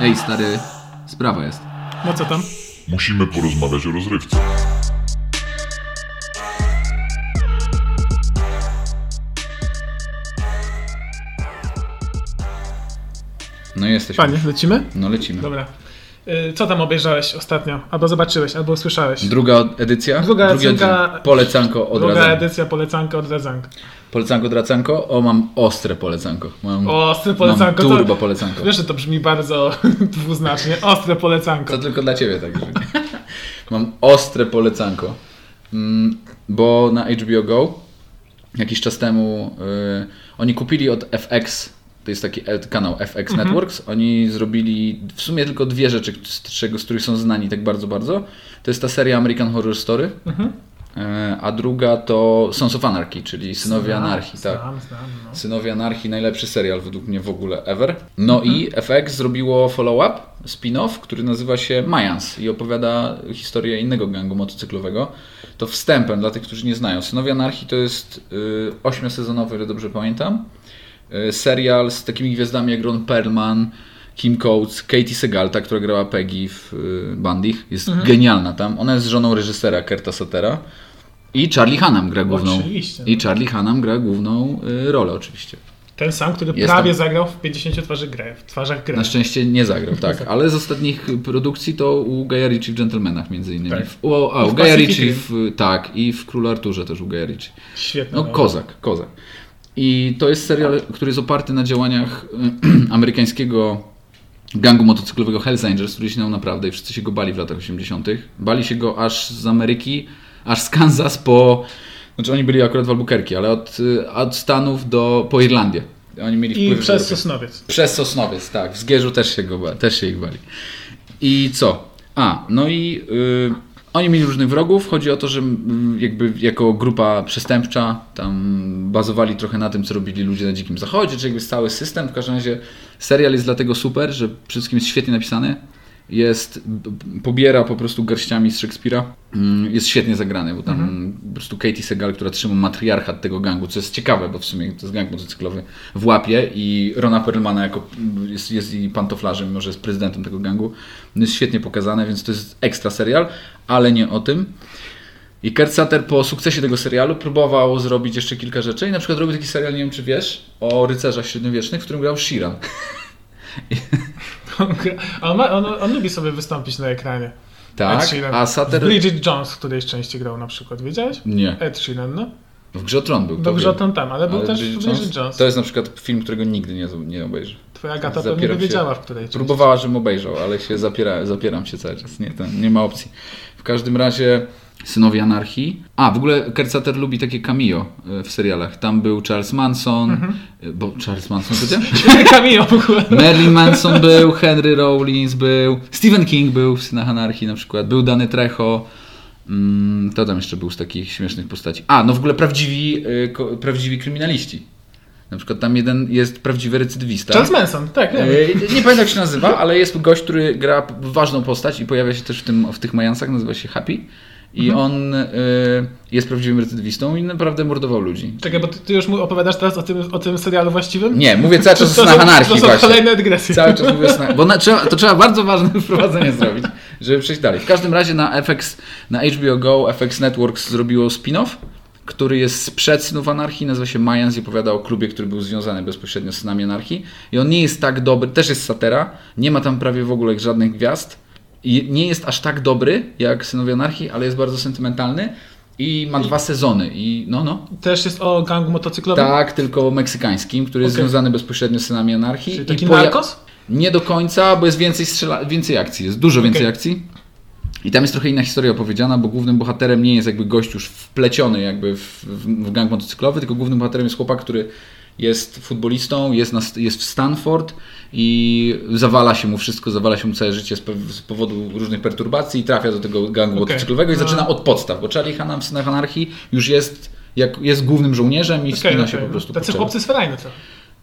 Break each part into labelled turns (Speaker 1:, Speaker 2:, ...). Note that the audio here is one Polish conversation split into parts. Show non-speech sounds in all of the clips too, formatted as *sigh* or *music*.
Speaker 1: Ej, stary, sprawa jest.
Speaker 2: No co tam?
Speaker 3: Musimy porozmawiać o rozrywce.
Speaker 1: No jesteśmy.
Speaker 2: Panie, lecimy?
Speaker 1: No lecimy.
Speaker 2: Dobra. Y, Co tam obejrzałeś ostatnio? Albo zobaczyłeś, albo słyszałeś?
Speaker 1: Druga od- edycja?
Speaker 2: Druga
Speaker 1: Drugi
Speaker 2: edycja.
Speaker 1: odcinek. Polecanko od
Speaker 2: Druga
Speaker 1: razu.
Speaker 2: edycja polecanka od Radzanka.
Speaker 1: Polecanko dracanko? O, mam ostre polecanko. Mam,
Speaker 2: Ostre polecanko. tak.
Speaker 1: Mam
Speaker 2: to-
Speaker 1: turbo polecanko.
Speaker 2: Wiesz, że to brzmi bardzo *laughs* dwuznacznie. Ostre polecanko.
Speaker 1: To tylko dla ciebie tak. że *laughs* nie. Mam ostre polecanko. Mm, Bo na HBO Go jakiś czas temu y, oni kupili od FX, to jest taki e- kanał FX Networks, oni zrobili w sumie tylko dwie rzeczy, z, czego, z których są znani tak bardzo, bardzo. To jest ta seria American Horror Story, y, a druga to Sons of Anarchy, czyli Synowie Anarchii. Tak.
Speaker 2: Znam, znam, no.
Speaker 1: Synowie Anarchii, najlepszy serial według mnie w ogóle ever. No i FX zrobiło follow-up, spin-off, który nazywa się Mayans i opowiada historię innego gangu motocyklowego. To wstępem dla tych, którzy nie znają. Synowie Anarchii to jest y, ośmiosezonowy, ile dobrze pamiętam, y, serial z takimi gwiazdami jak Ron Perlman, Kim Coates, Katie Segalta, która grała Peggy w y, Bandich. Jest genialna tam. Ona jest żoną reżysera Kerta Sotera. I Charlie Hunnam gra główną.
Speaker 2: Oczywiście.
Speaker 1: I Charlie Hunnam gra główną y, rolę oczywiście.
Speaker 2: Ten sam, który
Speaker 1: Jest
Speaker 2: prawie
Speaker 1: tam-
Speaker 2: zagrał w 50 twarzy gry, w twarzach gry.
Speaker 1: Na szczęście nie zagrał,
Speaker 2: *laughs*
Speaker 1: tak. Ale z ostatnich produkcji to u Gaia Ritchie w Gentlemanach między innymi.
Speaker 2: Tak.
Speaker 1: W, o, a,
Speaker 2: I
Speaker 1: u
Speaker 2: w
Speaker 1: Gaia
Speaker 2: Pacific
Speaker 1: Ritchie w, tak i w Królu Arturze też u Gaia Ritchie.
Speaker 2: Świetny. Tak.
Speaker 1: No
Speaker 2: rola.
Speaker 1: kozak, kozak. I to jest serial, który jest oparty na działaniach *clears throat* y, amerykańskiego gangu motocyklowego Hells Angels, który istniał naprawdę i wszyscy się go bali w latach 80. Bali się go aż z Ameryki, aż z Kansas po... Znaczy oni byli akurat w Albuquerque, ale od, y, od Stanów do... po Irlandię. Oni mieli
Speaker 2: I
Speaker 1: wpływy w
Speaker 2: przez
Speaker 1: Europie.
Speaker 2: Sosnowiec. *laughs*
Speaker 1: Przez Sosnowiec, tak. W Zgierzu też się, go ba- też się ich bali. I co? A, no i y, oni mieli różnych wrogów. Chodzi o to, że mm, jakby jako grupa przestępcza tam bazowali trochę na tym, co robili ludzie na Dzikim Zachodzie, czy jakby cały system. W każdym razie serial jest dlatego super, że przede wszystkim jest świetnie napisany. Jest, b- b- pobiera po prostu garściami z Szekspira. Mm, Jest świetnie zagrany, bo tam po prostu Katie Segal, która trzyma matriarchat tego gangu, co jest ciekawe, bo w sumie to jest gang motocyklowy w łapie i Rona Perlmana jako jest, jest i pantoflarzem, mimo że jest prezydentem tego gangu. No Jest świetnie pokazane, więc to jest ekstra serial, ale nie o tym. I Kurt Sutter po sukcesie tego serialu próbował zrobić jeszcze kilka rzeczy i na przykład robił taki serial, nie wiem czy wiesz, o rycerzach średniowiecznych, w którym grał Sheeran.
Speaker 2: On, ma, on, on lubi sobie wystąpić na ekranie. Ed
Speaker 1: Tak,
Speaker 2: Sheeran.
Speaker 1: a
Speaker 2: W
Speaker 1: Sutter...
Speaker 2: Bridget Jones, w której części grał na przykład, wiedziałeś?
Speaker 1: Nie,
Speaker 2: Ed Sheeran, no.
Speaker 1: w grze o Tron był. to
Speaker 2: Dobrze,
Speaker 1: wiem.
Speaker 2: on tam, ale był
Speaker 1: Ale
Speaker 2: też
Speaker 1: Bridget
Speaker 2: w Bridget Jones.
Speaker 1: To jest na przykład film, którego nigdy nie, nie obejrzę.
Speaker 2: Twoja gata
Speaker 1: Zapieram
Speaker 2: pewnie by
Speaker 1: się.
Speaker 2: wiedziała, w której części. *laughs*
Speaker 1: Próbowała, żebym obejrzał, ale się zapiera, zapieram się cały czas. Nie, ten, nie ma opcji. W każdym razie Synowie Anarchii. A, w ogóle Kercater lubi takie cameo e, w serialach. Tam był Charles Manson,
Speaker 2: Mhm.
Speaker 1: e, bo Charles Manson to ty?
Speaker 2: Kamil w ogóle.
Speaker 1: Marilyn Manson był, Henry Rollins był, Stephen King był w Synach Anarchii na przykład, był Dany Trecho. Mm, to tam jeszcze był z takich śmiesznych postaci. A, no w ogóle prawdziwi, y, ko, prawdziwi kryminaliści. Na przykład tam jeden jest prawdziwy recydywista.
Speaker 2: Charles Manson, tak, nie wiem.
Speaker 1: Ej, Nie pamiętam jak się nazywa, ale jest tu gość, który gra p- ważną postać i pojawia się też w, tym, w tych majansach, nazywa się Happy. I
Speaker 2: Mhm.
Speaker 1: on y, jest prawdziwym recydywistą i naprawdę mordował ludzi.
Speaker 2: Czekaj, bo ty, ty już mu opowiadasz teraz o tym, o tym serialu właściwym?
Speaker 1: Nie, mówię cały
Speaker 2: To
Speaker 1: czas o
Speaker 2: są-
Speaker 1: Synach Anarchii
Speaker 2: To są
Speaker 1: właśnie.
Speaker 2: kolejne dygresje.
Speaker 1: Cały czas mówię snack. Bo na, trzeba, to trzeba bardzo ważne *laughs* wprowadzenie zrobić, żeby przejść dalej. W każdym razie na FX, na HBO Go, FX Networks zrobiło spin-off, który jest sprzed Synów Anarchii, nazywa się Mayans i opowiada o klubie, który był związany bezpośrednio z Synami Anarchii. I on nie jest tak dobry, też jest satera, nie ma tam prawie w ogóle żadnych gwiazd. I nie jest aż tak dobry jak Synowie Anarchii, ale jest bardzo sentymentalny i ma dwa sezony. I no, no.
Speaker 2: Też jest o gangu motocyklowym?
Speaker 1: Tak, tylko meksykańskim, który jest
Speaker 2: Okej.
Speaker 1: związany bezpośrednio z Synami Anarchii.
Speaker 2: Czyli
Speaker 1: I
Speaker 2: taki
Speaker 1: poja-
Speaker 2: narkos?
Speaker 1: nie do końca, bo jest więcej, strzela- więcej akcji, jest dużo więcej
Speaker 2: Okej.
Speaker 1: akcji. I tam jest trochę inna historia opowiedziana, bo głównym bohaterem nie jest jakby gość już wpleciony jakby w, w, w gang motocyklowy, tylko głównym bohaterem jest chłopak, który jest futbolistą, jest, na, st- jest w Stanford i zawala się mu wszystko, zawala się mu całe życie z, pe- z powodu różnych perturbacji i trafia do tego gangu
Speaker 2: Okej.
Speaker 1: motocyklowego i
Speaker 2: No.
Speaker 1: zaczyna od podstaw, bo Charlie Hanna w Synach Anarchii już jest, jak, jest głównym żołnierzem i
Speaker 2: Okej,
Speaker 1: wspina
Speaker 2: okej,
Speaker 1: się po
Speaker 2: no.
Speaker 1: prostu. po
Speaker 2: Tacy
Speaker 1: czele.
Speaker 2: chłopcy z Ferajny, co?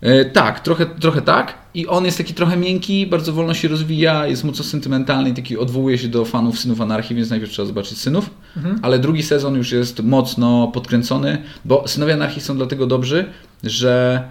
Speaker 1: E, Tak, trochę, trochę tak. I on jest taki trochę miękki, bardzo wolno się rozwija, jest mocno sentymentalny i taki odwołuje się do fanów Synów Anarchii, więc najpierw trzeba zobaczyć Synów.
Speaker 2: Mhm.
Speaker 1: Ale drugi sezon już jest mocno podkręcony, bo Synowie Anarchii są dlatego dobrzy, że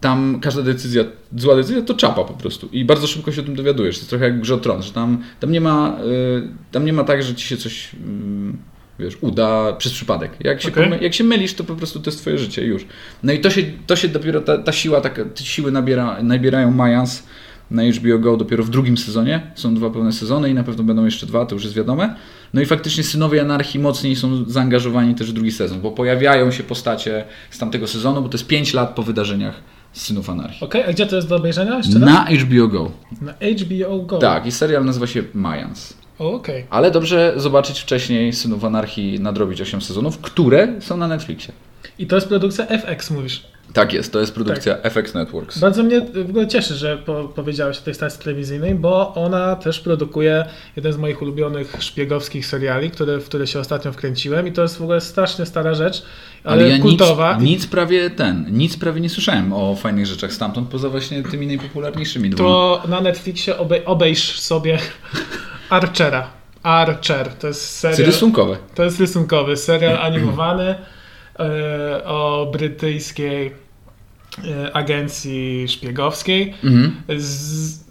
Speaker 1: tam każda decyzja, zła decyzja to czapa po prostu i bardzo szybko się o tym dowiadujesz. To jest trochę jak w grze o tron, że tam, tam, nie ma, y, tam nie ma tak, że ci się coś mm, wiesz, uda przez przypadek. Jak się,
Speaker 2: Okej.
Speaker 1: pomy- jak się mylisz, to po prostu to jest twoje życie już. No i to się, to się dopiero, ta, ta siła, taka, te siły nabiera, nabierają Mayans na HBO Go dopiero w drugim sezonie. Są dwa pełne sezony i na pewno będą jeszcze dwa, to już jest wiadome. No i faktycznie Synowie Anarchii mocniej są zaangażowani też w drugi sezon, bo pojawiają się postacie z tamtego sezonu, bo to jest 5 lat po wydarzeniach Synów Anarchii.
Speaker 2: Okej, a gdzie to jest do obejrzenia jeszcze raz?
Speaker 1: Na HBO Go.
Speaker 2: Na HBO Go.
Speaker 1: Tak, i serial nazywa się Mayans.
Speaker 2: O, Okej.
Speaker 1: Ale dobrze zobaczyć wcześniej Synów Anarchii, nadrobić 8 sezonów, które są na Netflixie.
Speaker 2: I to jest produkcja FX, mówisz.
Speaker 1: Tak jest, to jest produkcja FX Networks.
Speaker 2: Bardzo mnie w ogóle cieszy, że po, powiedziałeś o tej stacji telewizyjnej, bo ona też produkuje jeden z moich ulubionych szpiegowskich seriali, który, w który się ostatnio wkręciłem i to jest w ogóle strasznie stara rzecz, ale,
Speaker 1: Ale ja nic,
Speaker 2: kultowa.
Speaker 1: nic prawie ten, nic prawie nie słyszałem o fajnych rzeczach stamtąd, poza właśnie tymi najpopularniejszymi dwoma.
Speaker 2: To na Netflixie obej- obejrz sobie *laughs* Archera. Archer, to jest
Speaker 1: To...
Speaker 2: serial...
Speaker 1: Rysunkowe.
Speaker 2: To jest rysunkowy serial
Speaker 1: Mm-hmm.
Speaker 2: animowany e, o brytyjskiej e, agencji szpiegowskiej
Speaker 1: Mhm.
Speaker 2: z,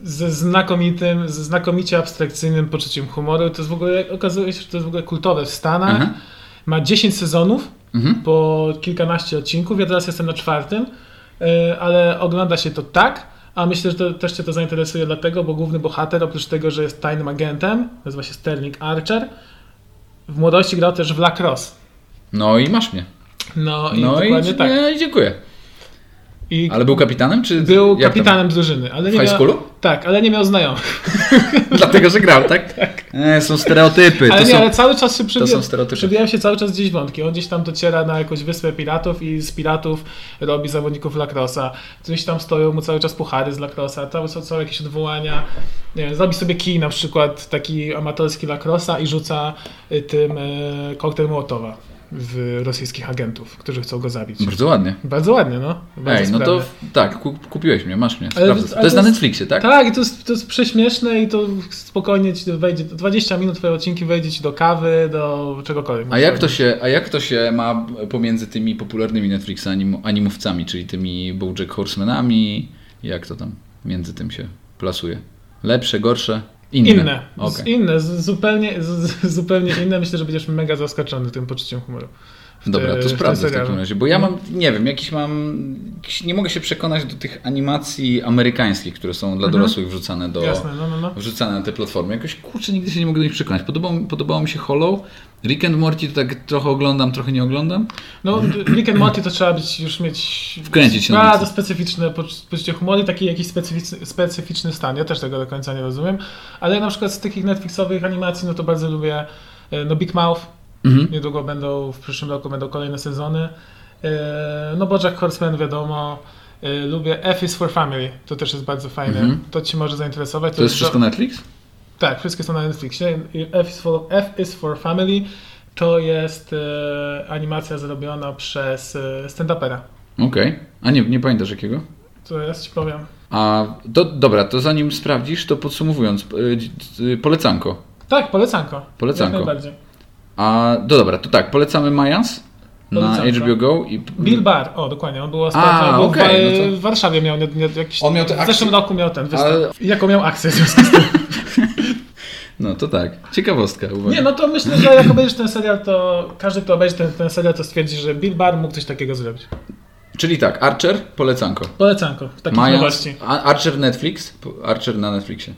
Speaker 2: ze znakomitym, ze znakomicie abstrakcyjnym poczuciem humoru. To jest w ogóle, okazuje się, że to jest w ogóle kultowe w Stanach.
Speaker 1: Aha.
Speaker 2: Ma 10 sezonów,
Speaker 1: Mhm.
Speaker 2: po kilkanaście odcinków. Ja teraz jestem na czwartym, e, ale ogląda się to tak, a myślę, że to, też Cię to zainteresuje dlatego, bo główny bohater, oprócz tego, że jest tajnym agentem, nazywa się Sterling Archer, w młodości grał też w lacrosse.
Speaker 1: No i masz mnie.
Speaker 2: No i
Speaker 1: No i,
Speaker 2: dokładnie tak.
Speaker 1: nie, i dziękuję.
Speaker 2: I
Speaker 1: Ale był kapitanem, czy
Speaker 2: był
Speaker 1: jak tam?
Speaker 2: kapitanem drużyny, ale
Speaker 1: W
Speaker 2: nie
Speaker 1: high
Speaker 2: miał,
Speaker 1: schoolu?
Speaker 2: Tak, ale nie miał znajomych.
Speaker 1: *laughs* Dlatego, że grał,
Speaker 2: *laughs*
Speaker 1: tak? E, są stereotypy.
Speaker 2: Ale
Speaker 1: to
Speaker 2: nie,
Speaker 1: są...
Speaker 2: ale cały czas się przybija,
Speaker 1: są stereotypy.
Speaker 2: przybijają się cały czas gdzieś wątki. On gdzieś tam dociera na jakąś wyspę piratów i z piratów robi zawodników lacrosa. Gdzieś tam stoją mu cały czas puchary z lacrosa, cały czas są jakieś odwołania. Nie wiem, zrobi sobie kij na przykład taki amatorski lacrosa i rzuca y, tym y, koktajl Mołotowa w rosyjskich agentów, którzy chcą go zabić.
Speaker 1: Bardzo ładnie.
Speaker 2: Bardzo ładnie, no. Bardzo
Speaker 1: Ej, no to
Speaker 2: sprawnie.
Speaker 1: w- tak, ku- kupiłeś mnie, masz mnie.
Speaker 2: Ale-
Speaker 1: Sprawdzę.
Speaker 2: ale
Speaker 1: to jest
Speaker 2: to
Speaker 1: na
Speaker 2: jest-
Speaker 1: Netflixie, tak?
Speaker 2: Tak, i to jest, to jest prześmieszne i to spokojnie ci wejdzie. 20 minut twoje odcinki wejdzie ci do kawy, do czegokolwiek.
Speaker 1: A jak, to się, a jak to się ma pomiędzy tymi popularnymi Netflix anim, animowcami, czyli tymi Bojack Horsemanami? Jak to tam między tym się plasuje? Lepsze, gorsze? Inne.
Speaker 2: Inne,
Speaker 1: Okej.
Speaker 2: z, inne z, zupełnie, z, z, zupełnie inne. Myślę, że będziesz mega zaskoczony tym poczuciem humoru.
Speaker 1: Dobra,
Speaker 2: w
Speaker 1: to
Speaker 2: tym
Speaker 1: sprawdzę w
Speaker 2: serialu.
Speaker 1: takim razie, bo ja mam, nie wiem, jakiś mam, jakiś, nie mogę się przekonać do tych animacji amerykańskich, które są dla dorosłych wrzucane do,
Speaker 2: Mhm. Jasne, no, no, no.
Speaker 1: wrzucane na te platformy. Jakoś kurczę, nigdy się nie mogę do nich przekonać. Podobało, podobało mi się Hollow, Rick and Morty to tak trochę oglądam, trochę nie oglądam.
Speaker 2: No, Rick and Morty to trzeba być już mieć
Speaker 1: Wkręcić się na
Speaker 2: bardzo
Speaker 1: mocno.
Speaker 2: specyficzne poczu- poczucie humoru, i taki jakiś specyficzny, specyficzny stan. Ja też tego do końca nie rozumiem, ale na przykład z takich Netflixowych animacji, no to bardzo lubię e, no Big Mouth.
Speaker 1: Mhm.
Speaker 2: Niedługo będą, w przyszłym roku będą kolejne sezony. E, No BoJack Horseman wiadomo. E, Lubię F is for Family, to też jest bardzo fajne.
Speaker 1: Mhm.
Speaker 2: To Ci może zainteresować.
Speaker 1: To jest wszystko Netflix?
Speaker 2: Tak, wszystkie są na Netflixie. I F is for, F is for Family to jest e, animacja zrobiona przez e, stand-upera.
Speaker 1: Okej. A nie, nie pamiętasz jakiego?
Speaker 2: To ja ci powiem.
Speaker 1: A do, dobra, to zanim sprawdzisz, to podsumowując, y, y, polecanko.
Speaker 2: Tak, polecanko.
Speaker 1: Polecanko.
Speaker 2: Jak najbardziej.
Speaker 1: A do dobra, to tak, polecamy Mayans na
Speaker 2: Polecanko.
Speaker 1: HBO Go i
Speaker 2: Bill Bar, o dokładnie, on był ostatnio,
Speaker 1: A,
Speaker 2: był
Speaker 1: okej,
Speaker 2: w,
Speaker 1: no to-
Speaker 2: w Warszawie miał nie, nie, jakiś,
Speaker 1: On miał te
Speaker 2: w zeszłym
Speaker 1: akcje-
Speaker 2: roku miał ten występ.
Speaker 1: Ale-
Speaker 2: Jaką miał akcję w związku z tym?
Speaker 1: No to tak. Ciekawostka, uwaga.
Speaker 2: Nie, no to myślę, że jak obejrzysz ten serial, to każdy, kto obejrzy ten, ten serial, to stwierdzi, że Bill Bar mógł coś takiego zrobić.
Speaker 1: Czyli tak, Archer, polecanko.
Speaker 2: Polecanko, w takich
Speaker 1: Mayans,
Speaker 2: nowości.
Speaker 1: A- Archer Netflix, po- Archer na Netflixie.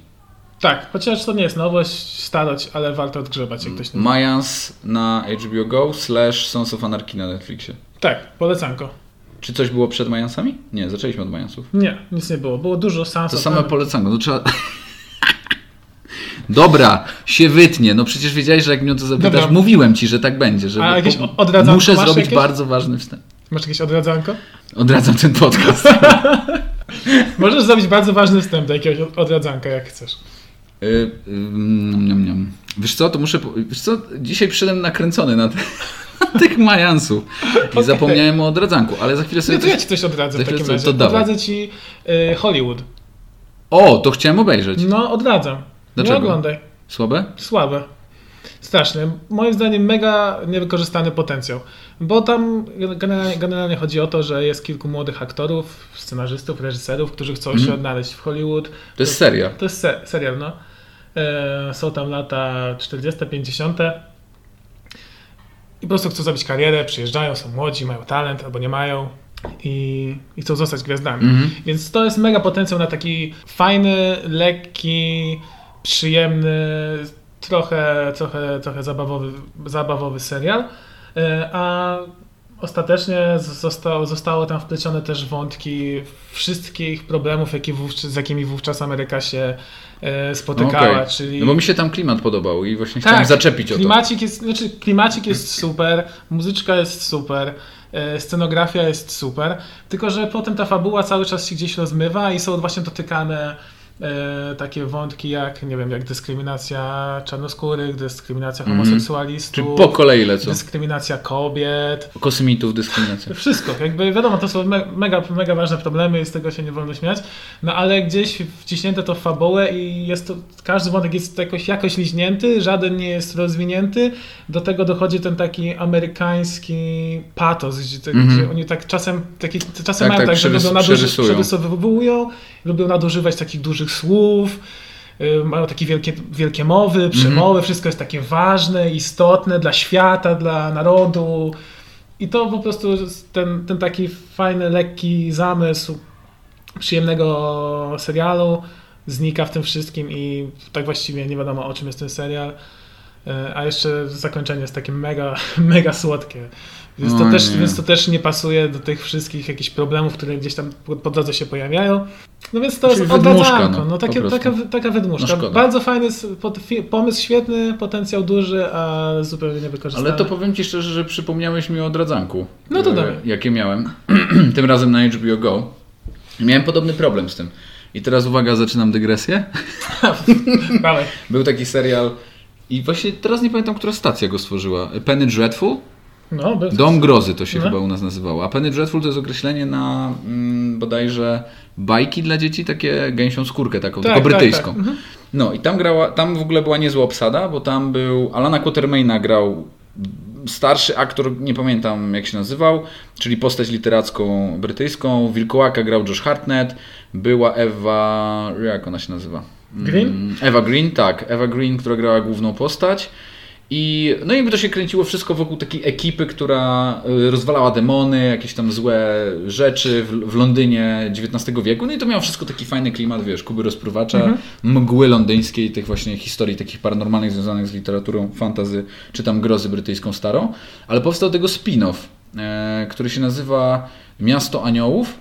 Speaker 2: Tak, chociaż to nie jest nowość, starość, ale warto odgrzebać, jak
Speaker 1: Mm.
Speaker 2: ktoś nie
Speaker 1: Mayans na HBO Go slash Sons of Anarchy na Netflixie.
Speaker 2: Tak, polecanko.
Speaker 1: Czy coś było przed Mayansami? Nie, zaczęliśmy od Mayansów.
Speaker 2: Nie, nic nie było. Było dużo
Speaker 1: To
Speaker 2: sansów.
Speaker 1: same polecanko, no trzeba... *laughs* Dobra, się wytnie. No przecież wiedziałeś, że jak mnie o to zapytasz,
Speaker 2: Dobra.
Speaker 1: mówiłem ci, że tak będzie. Że
Speaker 2: A jakieś
Speaker 1: po-
Speaker 2: odradzanko
Speaker 1: Muszę
Speaker 2: masz
Speaker 1: zrobić
Speaker 2: jakieś?
Speaker 1: bardzo ważny wstęp.
Speaker 2: Masz jakieś odradzanko?
Speaker 1: Odradzam ten
Speaker 2: *laughs*
Speaker 1: podcast.
Speaker 2: Możesz zrobić bardzo ważny wstęp do jakiegoś odradzanka, jak chcesz.
Speaker 1: Y, y, mm, niam, niam. Wiesz co, to muszę. po- Wiesz co, dzisiaj przyszedłem nakręcony na *laughs* te, tych majansów i
Speaker 2: Okej.
Speaker 1: zapomniałem o odradzanku, ale za chwilę sobie.
Speaker 2: No to ja
Speaker 1: Coś...
Speaker 2: ci coś odradzę
Speaker 1: za
Speaker 2: w takim
Speaker 1: chwilę
Speaker 2: razie.
Speaker 1: sobie tak, to dawaj.
Speaker 2: odradzę ci y, Hollywood.
Speaker 1: O, to chciałem obejrzeć.
Speaker 2: No, odradzam.
Speaker 1: Dlaczego?
Speaker 2: Nie oglądaj.
Speaker 1: Słabe?
Speaker 2: Słabe. straszne. Moim zdaniem mega niewykorzystany potencjał, bo tam generalnie, generalnie chodzi o to, że jest kilku młodych aktorów, scenarzystów, reżyserów, którzy chcą się odnaleźć w Hollywood.
Speaker 1: Mhm. To jest seria.
Speaker 2: To jest se- serial, no. E, Są tam lata 40, 50. I po prostu chcą zrobić karierę, przyjeżdżają, są młodzi, mają talent albo nie mają i, i chcą zostać gwiazdami.
Speaker 1: Mhm.
Speaker 2: Więc to jest mega potencjał na taki fajny, lekki, przyjemny, trochę, trochę, trochę zabawowy, zabawowy serial. E, A ostatecznie zostało, zostało tam wplecione też wątki wszystkich problemów, jakie wówczas, z jakimi wówczas Ameryka się e,
Speaker 1: No,
Speaker 2: spotykała,
Speaker 1: okej.
Speaker 2: czyli... Tak,
Speaker 1: no bo mi się tam klimat podobał i właśnie chciałem zaczepić o to.
Speaker 2: klimacik Jest, znaczy, klimacik jest super, muzyczka jest super, e, scenografia jest super, tylko że potem ta fabuła cały czas się gdzieś rozmywa i są właśnie dotykane e, takie wątki jak, nie wiem, jak dyskryminacja czarnoskórych, dyskryminacja
Speaker 1: Mhm. Czy
Speaker 2: homoseksualistów,
Speaker 1: po kolei lecą.
Speaker 2: dyskryminacja kobiet,
Speaker 1: Kosmitów, dyskryminacja.
Speaker 2: wszystko, jakby wiadomo, to są me- mega, mega ważne problemy i z tego się nie wolno śmiać, no ale gdzieś wciśnięte to w fabułę i jest to, każdy wątek jest jakoś, jakoś liźnięty, żaden nie jest rozwinięty, do tego dochodzi ten taki amerykański patos, gdzie, te-
Speaker 1: Mhm.
Speaker 2: gdzie oni tak czasem, taki, czasem
Speaker 1: Tak,
Speaker 2: mają
Speaker 1: tak,
Speaker 2: tak, że
Speaker 1: przerys-
Speaker 2: lubią naduży-
Speaker 1: przerysują.
Speaker 2: przerysowują, lubią nadużywać takich dużych słów, y, mają takie wielkie, wielkie
Speaker 1: Mhm.
Speaker 2: mowy, przemowy, wszystko jest takie ważne, istotne dla świata, dla narodu. I to po prostu jest ten, ten taki fajny, lekki zamysł przyjemnego serialu znika w tym wszystkim i tak właściwie nie wiadomo o czym jest ten serial. E, A jeszcze zakończenie jest takie mega, *laughs* mega słodkie. Więc to,
Speaker 1: Oj,
Speaker 2: też,
Speaker 1: No nie.
Speaker 2: więc to też nie pasuje do tych wszystkich jakichś problemów, które gdzieś tam po, po drodze się pojawiają. No więc to
Speaker 1: Czyli
Speaker 2: jest
Speaker 1: wydmuszka,
Speaker 2: odradzanko.
Speaker 1: no,
Speaker 2: No, takie,
Speaker 1: po
Speaker 2: taka,
Speaker 1: prostu.
Speaker 2: taka wydmuszka.
Speaker 1: No szkoda.
Speaker 2: Bardzo fajny s- pot- fi- pomysł, świetny, potencjał duży, a zupełnie niewykorzystany.
Speaker 1: Ale to powiem Ci szczerze, że przypomniałeś mi o odradzanku.
Speaker 2: No to
Speaker 1: e,
Speaker 2: dawaj.
Speaker 1: Jakie miałem. *clears throat* tym razem na HBO Go. Miałem podobny problem z tym. I teraz uwaga, zaczynam dygresję. *laughs*
Speaker 2: Dawaj.
Speaker 1: Był taki serial i właśnie teraz nie pamiętam, która stacja go stworzyła. Penny Dreadful?
Speaker 2: No, bez...
Speaker 1: Dom Grozy to się
Speaker 2: Mhm.
Speaker 1: chyba u nas nazywało. A Penny Dreadful to jest określenie na mm, bodajże bajki dla dzieci, takie gęsią skórkę taką,
Speaker 2: Tak,
Speaker 1: tylko
Speaker 2: tak,
Speaker 1: brytyjską.
Speaker 2: tak. Mhm.
Speaker 1: No i tam grała, tam w ogóle była niezła obsada, bo tam był Alana Quatermaina grał starszy aktor, nie pamiętam jak się nazywał, czyli postać literacką brytyjską, Wilkołaka grał Josh Hartnett, była Ewa, jak ona się nazywa? Mm,
Speaker 2: Green?
Speaker 1: Eva Green, tak, Eva Green, która grała główną postać. I no i by to się kręciło wszystko wokół takiej ekipy, która y, rozwalała demony, jakieś tam złe rzeczy w, w Londynie XIX wieku. No i to miało wszystko taki fajny klimat, wiesz, Kuby rozpruwacza, mgły londyńskiej, tych właśnie historii takich paranormalnych związanych z literaturą fantazy, czy tam grozy brytyjską starą. Ale powstał tego spin-off, e, który się nazywa Miasto Aniołów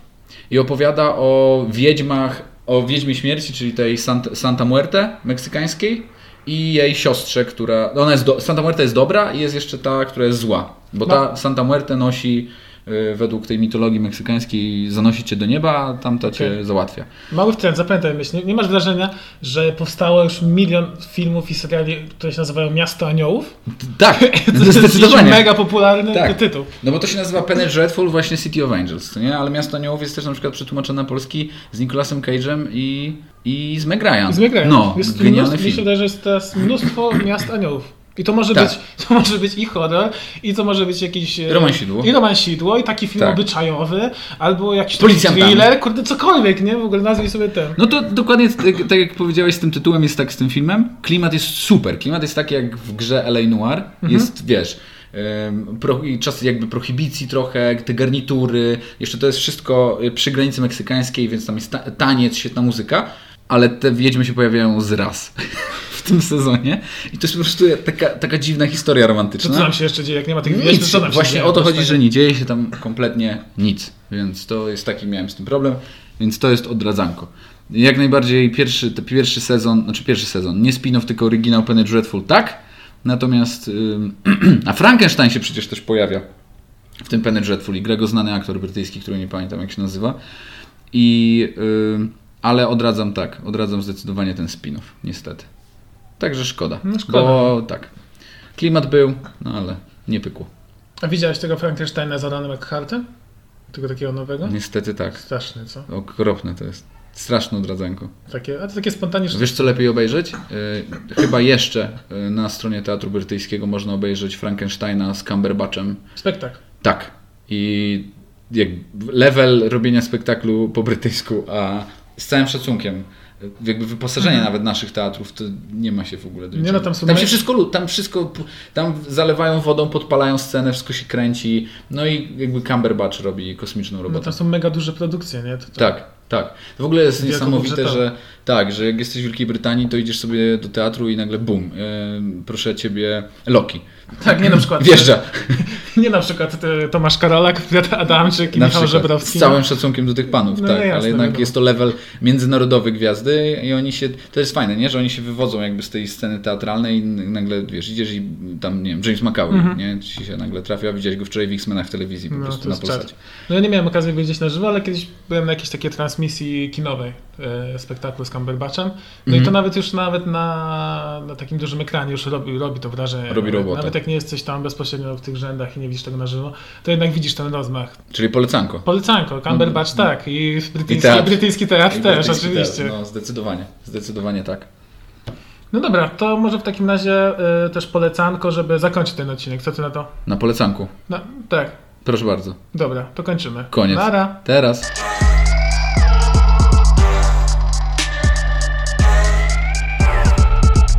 Speaker 1: i opowiada o wiedźmach, o Wiedźmie Śmierci, czyli tej Sant- Santa Muerte meksykańskiej i jej siostrze, która... no Ona jest do, Santa Muerte jest dobra i jest jeszcze ta, która jest zła, bo
Speaker 2: No.
Speaker 1: ta Santa Muerte nosi y, według tej mitologii meksykańskiej zanosi cię do nieba, a tamta cię
Speaker 2: Okej.
Speaker 1: załatwia.
Speaker 2: Mały wtręt, zapamiętaj myśl. Nie, nie masz wrażenia, że powstało już milion filmów i seriali, które się nazywają Miasto Aniołów?
Speaker 1: Tak,
Speaker 2: *laughs* To jest jakiś
Speaker 1: *laughs* zdecydowanie.
Speaker 2: mega popularny
Speaker 1: Tak.
Speaker 2: tytuł.
Speaker 1: No bo to się nazywa Penny Dreadful, właśnie City of Angels, co nie? Ale Miasto Aniołów jest też na przykład przetłumaczone na polski z Nicolasem Cage'em i, i z Meg Ryan.
Speaker 2: I Z Megrajem.
Speaker 1: No,
Speaker 2: jest
Speaker 1: genialny
Speaker 2: mnóstwo, Mi
Speaker 1: film.
Speaker 2: się wydaje, że jest teraz mnóstwo Miast Aniołów. I to może,
Speaker 1: Tak.
Speaker 2: być, to może być i horror, i to może być jakiś... e,
Speaker 1: Romansidło.
Speaker 2: I romansidło, i taki film
Speaker 1: Tak.
Speaker 2: obyczajowy, albo jakiś taki
Speaker 1: Policjantami.
Speaker 2: thriller, kurde, cokolwiek, nie? W ogóle nazwij sobie ten.
Speaker 1: No to dokładnie tak, tak jak powiedziałeś z tym tytułem, jest tak z tym filmem. Klimat jest super. Klimat jest taki jak w grze L.A. Noir. Jest, wiesz, ym, pro, i czas jakby prohibicji trochę, te garnitury. Jeszcze to jest wszystko y, przy granicy meksykańskiej, więc tam jest ta, taniec, świetna muzyka. Ale te wiedźmy się pojawiają z raz *laughs* w tym sezonie. I to jest po prostu taka, taka dziwna historia
Speaker 2: Co
Speaker 1: romantyczna.
Speaker 2: tu nam się jeszcze dzieje, jak nie ma tych
Speaker 1: no. Nic,
Speaker 2: wieźdź, co nam się
Speaker 1: właśnie
Speaker 2: dzieje? tak.
Speaker 1: o to chodzi,
Speaker 2: Powstaje.
Speaker 1: że nie dzieje się tam kompletnie nic, więc to jest taki miałem z tym problem, więc to jest odradzanko. Jak najbardziej pierwszy, te pierwszy sezon, znaczy pierwszy sezon, nie spin-off, tylko oryginał Penny Dreadful, tak? Natomiast, ym, *clears throat* a Frankenstein się przecież też pojawia w tym Penny Dreadful i gra go znany aktor brytyjski, który nie pamiętam jak się nazywa. I, ym, ale odradzam tak, odradzam zdecydowanie ten spin-off, niestety. Także szkoda,
Speaker 2: No szkoda.
Speaker 1: bo tak, klimat był, no ale nie pykło.
Speaker 2: A widziałeś tego Frankensteina z Adanem Eckhartem? Tego takiego nowego?
Speaker 1: Niestety tak.
Speaker 2: Straszny, co?
Speaker 1: Okropne to jest. Straszne odradzanko.
Speaker 2: Takie, a to takie spontaniczne.
Speaker 1: Wiesz, co lepiej obejrzeć? Y, chyba jeszcze y, na stronie Teatru Brytyjskiego można obejrzeć Frankensteina z Cumberbatchem.
Speaker 2: Spektakl.
Speaker 1: Tak. I jak level robienia spektaklu po brytyjsku, a z całym szacunkiem, e, jakby wyposażenie nawet naszych teatrów, to nie ma się w ogóle do
Speaker 2: Mhm. Nie,
Speaker 1: niczego.
Speaker 2: no tam są
Speaker 1: tam
Speaker 2: naj-
Speaker 1: się wszystko, lu- tam wszystko, tam zalewają wodą, podpalają scenę, wszystko się kręci, no i jakby Cumberbatch robi kosmiczną
Speaker 2: No
Speaker 1: robotę.
Speaker 2: tam są mega duże produkcje, nie? To, to...
Speaker 1: Tak, tak. To w ogóle jest
Speaker 2: Wielką
Speaker 1: niesamowite,
Speaker 2: budżetową.
Speaker 1: że tak, że jak jesteś w Wielkiej Brytanii, to idziesz sobie do teatru i nagle bum, yy, proszę ciebie, Loki.
Speaker 2: Tak, nie na przykład.
Speaker 1: Wjeżdża.
Speaker 2: *laughs* tak, Nie na przykład e, Tomasz Karolak, Kwiat Adamczyk i
Speaker 1: Na
Speaker 2: Michał
Speaker 1: przykład,
Speaker 2: Żebrowski.
Speaker 1: z całym szacunkiem do tych panów,
Speaker 2: No,
Speaker 1: tak,
Speaker 2: no jasne,
Speaker 1: ale jednak
Speaker 2: wiadomo.
Speaker 1: jest to level międzynarodowy gwiazdy i oni się, to jest fajne, nie, że oni się wywodzą jakby z tej sceny teatralnej i n- nagle, wiesz, idziesz i tam, nie wiem, James McAvoy,
Speaker 2: Mhm.
Speaker 1: nie, ci się nagle trafia, widziałeś go wczoraj w X-Menach w telewizji po
Speaker 2: No,
Speaker 1: prostu
Speaker 2: to
Speaker 1: na
Speaker 2: jest
Speaker 1: Polsacie.
Speaker 2: czad. No ja nie miałem okazji wyjść na żywo, ale kiedyś byłem na jakiejś takiej transmisji kinowej e, spektaklu z Cumberbatchem. No
Speaker 1: Mhm.
Speaker 2: i to nawet już nawet na, na takim dużym ekranie już robi, robi to wrażenie.
Speaker 1: Robi
Speaker 2: nawet,
Speaker 1: robotę.
Speaker 2: nawet jak nie jesteś tam bezpośrednio w tych rzędach i nie widzisz tego na żywo, to jednak widzisz ten rozmach.
Speaker 1: Czyli polecanko.
Speaker 2: Polecanko, Cumberbatch tak i brytyjski
Speaker 1: Mhm. I teatr.
Speaker 2: teatr, brytyjski teatr
Speaker 1: I
Speaker 2: też
Speaker 1: brytyjski
Speaker 2: oczywiście.
Speaker 1: teatr, No, zdecydowanie, zdecydowanie tak.
Speaker 2: No dobra, to może w takim razie y, też polecanko, żeby zakończyć ten odcinek. Co ty na to?
Speaker 1: Na polecanku.
Speaker 2: No, tak,
Speaker 1: Proszę bardzo.
Speaker 2: dobra, to kończymy.
Speaker 1: Koniec.
Speaker 2: Nara.
Speaker 1: Teraz.